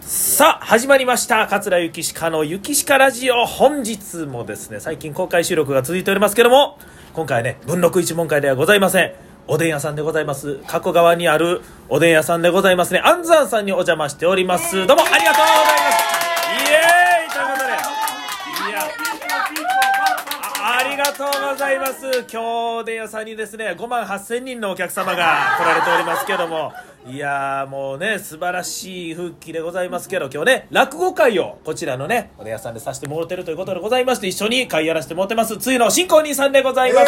さあ始まりました桂ゆきしかのゆきしかラジオ本日もですね最近公開収録が続いておりますけども今回はね文禄一門会ではございませんおでん屋さんでございます加古川にあるおでん屋さんでございますね安山さんにお邪魔しておりますどうもありがとうございますイエーイということでいやあありがとうございます今日おでん屋さんにですね5万8000人のお客様が来られておりますけどもいやーもうね素晴らしい復帰でございますけど今日ね落語会をこちらのねおでん屋さんでさせてもろてるということでございまして一緒に会やらせてもろてますついの新婚兄さんでございます、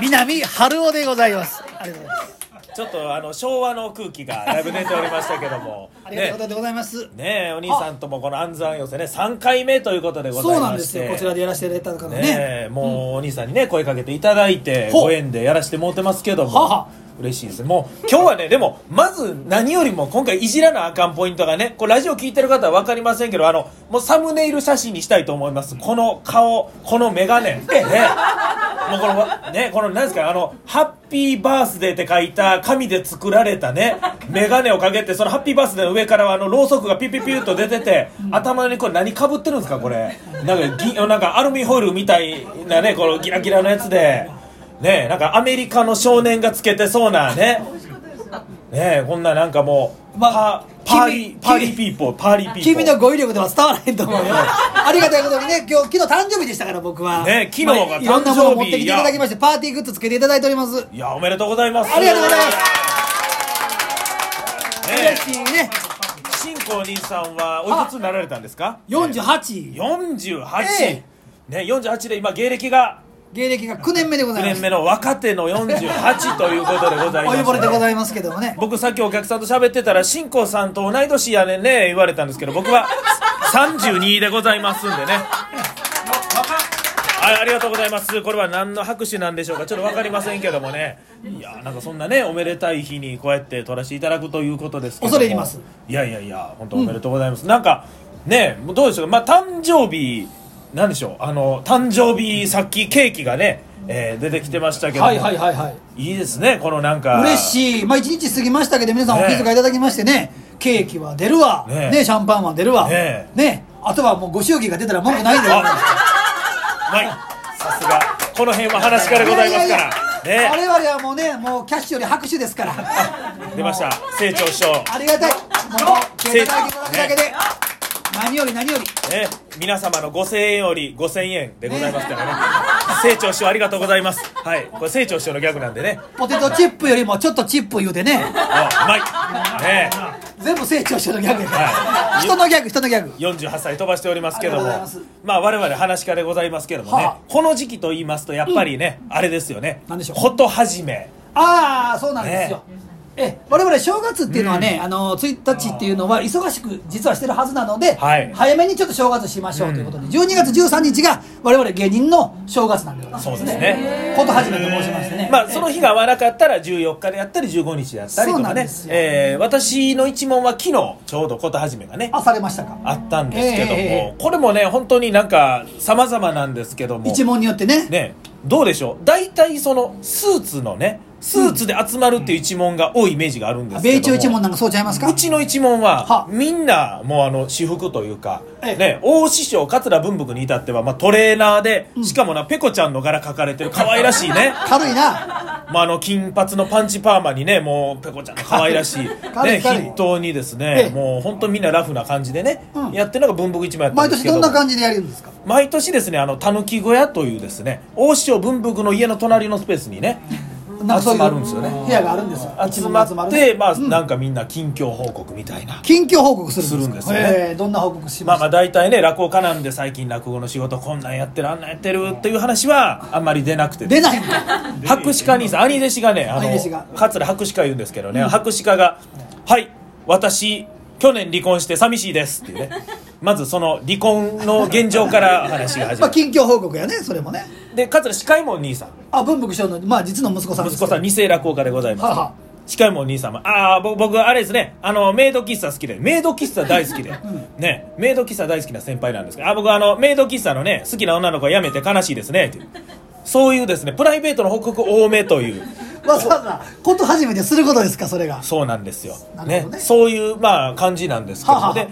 南春夫でございます。ありがとうございます。ちょっとあの昭和の空気がだいぶ出ておりましたけどもありがねとうございます。ねえお兄さんともこの暗算寄せね3回目ということでござそういなんまでしすてよ。こちらでやらせていただいたのねね。えもうお兄さんにね声かけていただいてほうご縁でやらせてもらってますけどもはは嬉しいですもう今日はねでもまず何よりも今回いじらなあかんポイントがねこれラジオ聞いてる方は分かりませんけどあのもうサムネイル写真にしたいと思いますこの顔この眼鏡ねもうこのねこの何ですかあのハッピーバースデーって書いた紙で作られたね眼鏡をかけてそのハッピーバースデーの上からはあのろうそくがピュピュピュッと出てて頭にこれ何かぶってるんですかこれなんかぎなんかアルミホイルみたいなねこのギラギラのやつでねえなんかアメリカの少年がつけてそうなねねえこんななんかもう、まパパーリ君パーリーピーポーパーリーピーポ君ーの語彙力では伝わらへんと思うよ。ありがたいことにね、今日、昨日誕生日でしたから、僕は。ね昨日がまあいろんなものを持ってきて誕い生日ただきまして、パーティーグッズつけていただいております。いやおめでとうございますありがとうございますねえ嬉しいね。新婚兄さんはおいくつになられたんですか48。 48、えね48で今芸歴が芸歴が9年目でござ9いま年す。目の若手の48ということでございまおす呼ばれでございますけどもね。僕さっきお客さんと喋ってたら新婚さんと同い年やねんね言われたんですけど僕は32でございますんでねはい、ありがとうございます。これは何の拍手なんでしょうか。ちょっとわかりませんけどもね。いや、なんかそんなね、おめでたい日にこうやって撮らせていただくということですけども。恐れ入ります。いやいやいや、本当おめでとうございます。なんか、ね、もうどうでしょうか。まあ、誕生日、なんでしょう。あの、誕生日さっきケーキがね、えー出てきてましたけども。はいはいはいはい。いいですね、このなんか。嬉しい、まあ、1日過ぎましたけど皆さんおねえ気遣いいただきましてねケーキは出るわ、ねえねシャンパンは出るわ、ねねあとはもうご祝儀が出たら文句ないんだよあないさすがこの辺は話し家でございますからいやいやいやね我々はもうねもうキャッシュより拍手ですからあ出ました成長師匠りがたいもう来ていただいていただくだけで、何より何よりね皆様の5000円より5000円でございますからね成長師匠ありがとうございますはいこれ成長師匠のギャグなんでねポテトチップよりもちょっとチップ言うてねあうまいね全部成長してのギャグやから、はい人のギャグ人のギャグ48歳飛ばしておりますけどもありがとうございままあ我々話し家でございますけどもね、はあこの時期と言いますとやっぱりね、あれですよね何でしょうこと始めああそうなんですよ、え我々正月っていうのはね、あの1日っていうのは忙しく実はしてるはずなので、はい早めにちょっと正月しましょうということで、12月13日が我々芸人の正月なんでございますそうですねこと始めと申しましてね、まあ、その日が合わなかったら14日であったり15日であったりとそかうなんねです、よえー私の一問は昨日ちょうどこと始めがねあされましたかあったんですけども、ええこれもね本当になんか様々なんですけども一問によってねねどうでしょう大体そのスーツのねスーツで集まるっていう一問が多いイメージがあるんですけども米中一問なんかそうちゃいますかうちの一門ははみんなもうあの私服というか、ええね、大師匠桂文福に至っては、まあ、トレーナーで、しかもなペコちゃんの柄描かれてる可愛らしい ね軽いなまあ、あの金髪のパンチパーマにねもうペコちゃんの可愛ら しい、ね、軽い軽い筆頭にですね、ええもう本当にみんなラフな感じでね、うんやってるのが文房具一枚やったん毎です年けどどんな感じでやるんですか毎年ですねあのたぬき小屋というですね大師匠文福の家の隣のスペースに ねなんかそうい集まるんですよねう部屋があるんですよ集ま一問っ集るてまあ、なんかみんな近況報告みたいな近況報告するんですすかるんですよねええどんな報告しままあますか、あ大体ね落語家なんで最近落語の仕事こんなんやってるあんなんやってるっていう話はあんまり出なくて出ないんだ 博士課兄さん兄弟子がねあの兄弟子が桂博士課言うんですけどね、博士課が「はい私去年離婚して寂しいです」っていう ねまずその離婚の現状から話が始ままるあ近況報告やねそれもねで桂司会門兄さんあ文福師匠の、まあ、実の息子さんで息す子さん二世落語家でございはあはまあす司会門兄さんもああぼ僕あれですねあのメイド喫茶好きでメイド喫茶大好きで、ねメイド喫茶大好きな先輩なんですけどあ僕あのメイド喫茶のね好きな女の子は辞めて悲しいですねっていうそういうですねプライベートの報告多めというわざわざこと始めてすることですかそれがそうなんですよ、なるねほどねそういう、まあ、感じなんですけど、はあはあで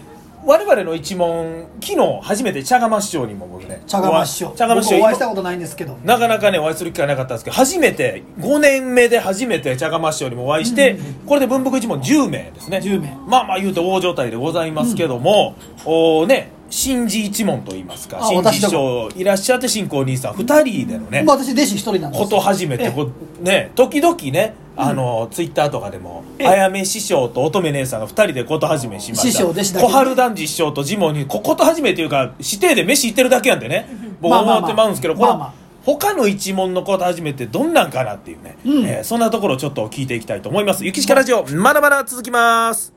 我々の一問昨日初めて茶釜師匠にも僕ね茶釜師匠お会い茶釜師僕お会いし匠たことないんですけどなかなかねお会いする機会なかったんですけど初めて5年目で初めて茶釜師匠にもお会いして、これで文福一問10名ですね10名まあまあ言うと大状態でございますけども、おーね新次一門と言いますかあ新次私師ど匠いらっしゃって新興兄さん2人でのね、まあ私弟子一人なんですこと始めてえこうね時々ねあの、ツイッターとかでもあやめ師匠と乙女姉さんが2人でこと始めしました師匠弟子だけ小春男児師匠とジモンにここと始めというか師弟で飯行ってるだけなんでね僕まあまあまあ思ってまうんですけど、まあこまあの他の一門のこと始めてどんなんかなっていうね、うんえーそんなところをちょっと聞いていきたいと思います。ゆきしかラジオまだまだ続きます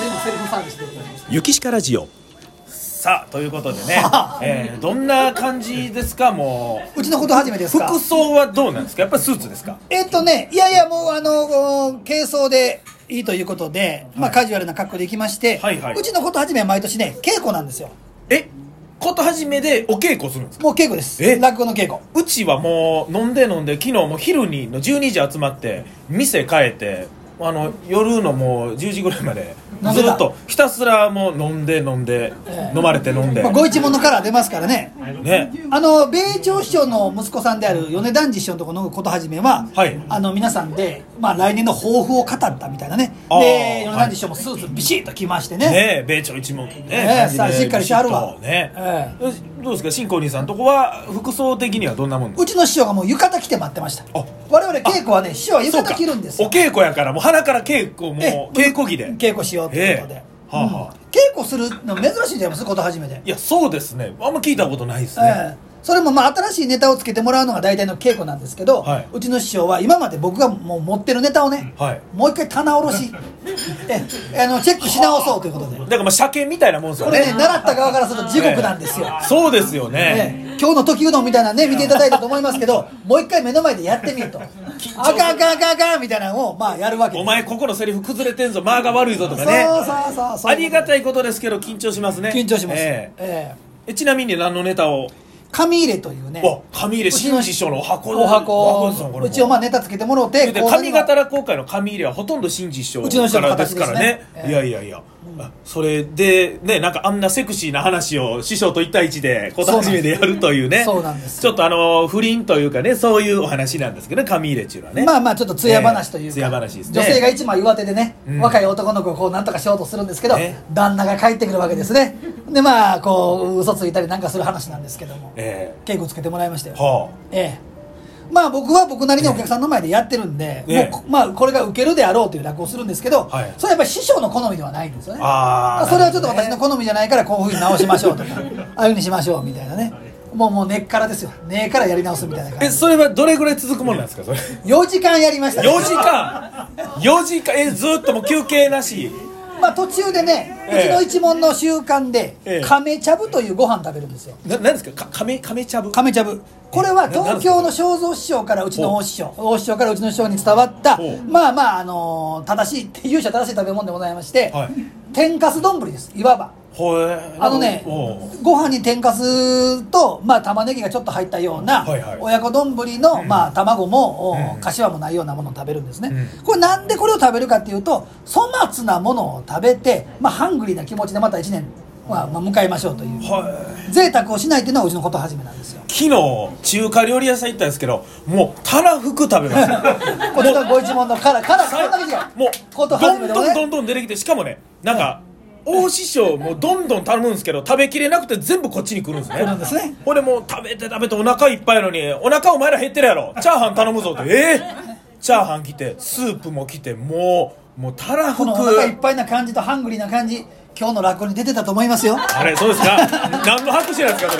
全部セルフサービスでございますゆきしかラジオさあということでね、えーどんな感じですかもううちのこと始めですか服装はどうなんですかやっぱりスーツですかえっとねいやいやもうあの軽装でいいということで、まあカジュアルな格好で行きまして、はいはいうちのこと始めは毎年ね稽古なんですよえこと始めでお稽古するんですかもう稽古ですえ落語の稽古うちはもう飲んで飲んで昨日もう昼にの12時集まって店帰ってあの夜のもう10時ぐらいまで飲んずでたっとひたすらもう飲んで飲んでええ飲まれて飲んでまあ、ご一門のカラー出ますからねねあの米朝師匠の息子さんである米團次師匠のところのこと始めは、はいあの皆さんで、まあ、来年の抱負を語ったみたいなねあーで米團次師匠もスーツビシッと着ましてねねえ米朝一門ねええさあしっかりしてはるわねえどうですか新興兄さんとこは服装的にはどんなもんですうちの師匠がもう浴衣着て待ってましたあ我々稽古はね師匠はか浴そうか衣着るんですおよ稽古やからもう鼻から稽古もうええ稽古着で稽古しようということで、ええはあはあうん稽古するの珍しいんじゃないますこと初めて、いやそうですねあんま聞いたことないですね、ええそれもまあ新しいネタをつけてもらうのが大体の稽古なんですけど、はいうちの師匠は今まで僕がもう持ってるネタをね、はいもう一回棚卸 しええあのチェックし直そうということでだからまあ車検みたいなもんですよこねれね習った側からすると地獄なんですよ、そうですよえね、え今日の時うどんみたいなのね見ていただいたと思います けどもう一回目の前でやってみるとあかんあかんあかんあかんみたいなのをまあやるわけお前ここのセリフ崩れてんぞ間が悪いぞとかねそうそうそうそうありがたいことですけど緊張しますね緊張します、えええええちなみに何のネタを紙入れというねわ紙入れうち新の師匠のお箱おお箱箱ですよこれもうちをまあネタつけてもろうてで講座に上は方ら今回の紙入れはほとんど新師匠うちの師匠かのらで形すからでねすねええいやいやいや、あそれでねなんかあんなセクシーな話を師匠と一対一で小田初めでやるというねそうなんですちょっとあの不倫というかねそういうお話なんですけどね紙入れっていうのはねまあまあちょっと艶話というか、ええ艶話ですね女性が一枚上手でね、うん若い男の子をこうなんとかしようとするんですけど、ね旦那が帰ってくるわけですねでまあこう嘘ついたりなんかする話なんですけども、え稽古つけてもらいましたよ、えはあええまあ僕は僕なりにお客さんの前でやってるんで、ねもうこまあこれが受けるであろうという落語をするんですけど、はいそれはやっぱり師匠の好みではないんですよねあーそれはちょっとなるほ私の好みじゃないからこういうふうに直しましょうと かああいうふうにしましょうみたいなねもうもう根っからですよ根からやり直すみたいなえ感じそれはどれぐらい続くもんなんですかそれ4時間やりました4ね時間4時間えずっともう休憩なしまあ途中でね、ええうちの一門の習慣で、ええ亀茶ぶというご飯食べるんですよななんですかか亀亀茶ぶ亀茶ぶこれは東京の正蔵師匠からうちの大師匠大師匠からうちの師匠に伝わったほうまあまあ、あのー正しいって勇者正しい食べ物でございまして、はい天かす丼ですいわばほえあのねおうご飯に天かすと、まあ、玉ねぎがちょっと入ったようなはいはい親子丼の、まあ、卵も、おかしわもないようなものを食べるんですね、うこれなんでこれを食べるかっていうと粗末なものを食べて、まあ、ハングリーな気持ちでまた1年は、まあ、迎えましょうというはい贅沢をしないっていうのはうちのこと始めなんですよ昨日中華料理屋さん行ったんですけどもうたらふく食べました こっちのご一門のカラーカラーこんだけ違うもうことど始んめでどんどねんどん出てきてしかもねなんか大師匠もどんどん頼むんですけど食べきれなくて全部こっちに来るんですね来るんですねこれもう食べて食べてお腹いっぱいやのにお腹お前ら減ってるやろチャーハン頼むぞってえー、チャーハン来てスープも来てもうもうたらふこくのお腹いっぱいな感じとハングリーな感じ今日の落語に出てたと思いますよあれそうですか何の拍手なんですかそ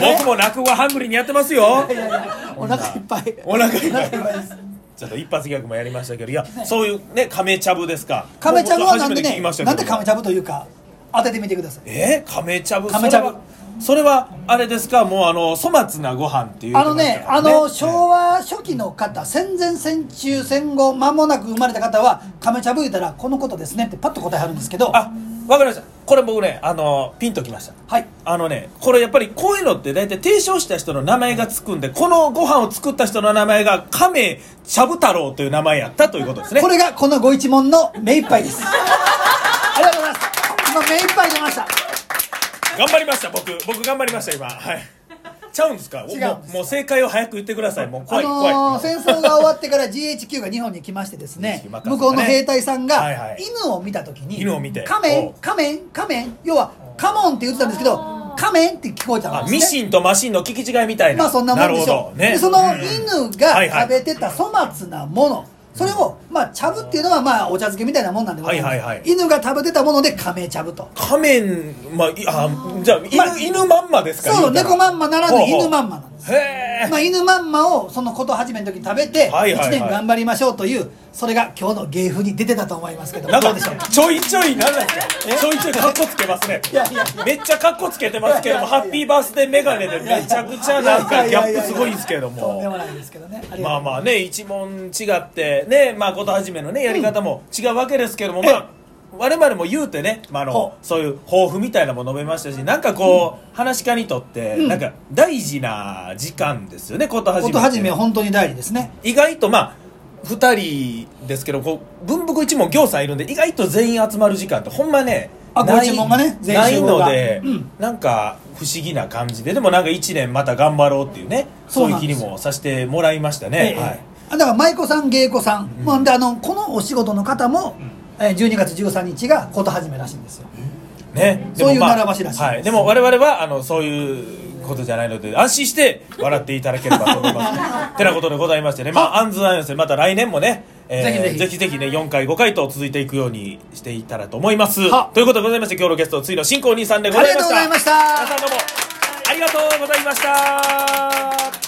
れ僕も落語はハングリーにやってますよいやいやお腹いっぱいお腹いっぱいお腹ですちょっと一発ギャグもやりましたけどいやそういうね亀茶ぶですか亀ちゃぶはなん僕初めてで聞ねきましたけなどんで亀ちゃぶというか当ててみてくださいえ亀茶ぶ亀茶そぶれはそれはあれですかもうあの粗末なご飯っていうあのねあの昭和和初期の方戦前戦中戦後間もなく生まれた方は亀ちゃぶ言うたらこのことですねってパッと答えはるんですけどあわかりましたこれ僕ねあのピンときましたはいあのねこれやっぱりこういうのって大体提唱した人の名前がつくんでこのご飯を作った人の名前が亀茶ぶ太郎という名前やったということですねこれがこのご一問の目いっぱいです ありがとうございます今目いっぱい出ました頑張りました僕僕頑張りました今はいちゃうんですかも違うんですうもう正解を早く言ってくださいもう怖い、あのー怖い戦争が終わってから GHQ が日本に来ましてですね GHQ 任せてね向こうの兵隊さんはいはがい犬を見た時に犬を見て仮おう面仮面仮面要はカモンって言ってたんですけど仮面って聞こえたあんミですねシンとマシンの聞き違いみたいなまあそんなもんでしなるほょどう、ねでそのうん犬はいはがい食べてた粗末なものそれをまあ茶ぶっていうのはまあお茶漬けみたいなもんなんでございます、はいはいはい犬が食べてたもので仮名茶ぶと仮面まあいあじゃあ犬,、まあ犬まんまですかそう言うたら猫まんまならぬほうほう犬まんまなんですへえ、まあ、犬まんまをそのこと始めの時に食べてはいはいはい1年頑張りましょうというそれが今日の芸風に出てたと思いますけどなんどうでしょうかちょいちょいなんなんですかちょいちょいカッコつけますねいやいやめっちゃカッコつけてますけどもハッピーバースデーメガネでめちゃくちゃなんかギャップすごいんですけどとんでももないですけどねまあまああね一問違ってねまあことはじめのねやり方も違うわけですけども、まあ我々も言うてね、まあ、あほのそういう抱負みたいなのも述べましたしなんかこう、話し家にとってなんか大事な時間ですよねことはじめこと始めは本当に大事ですね意外とまあ2人ですけどこう文福一門行さんいるんで意外と全員集まる時間ってほんまねあないご一門がね全員ない集合のがで、うんなんか不思議な感じででもなんか1年また頑張ろうっていうねそそうういなうん気ですによもさせてもらいましたね、ええはい、あだから舞妓さん芸妓さん、まあであのこのお仕事の方も、えー12月13日がこと始めらしいんですよね、そういうでもまあ習わしらしいですはい、でも我々はあのそういうことじゃないので安心 して笑っていただければと思いますてなことでございましてねまあ安ず安よせまた来年もね、えぜひぜひぜひぜひね4回5回と続いていくようにしていたらと思いますはということでございまして今日のゲストついの新婚兄さんでございましたありがとうございました皆さんどうもありがとうございました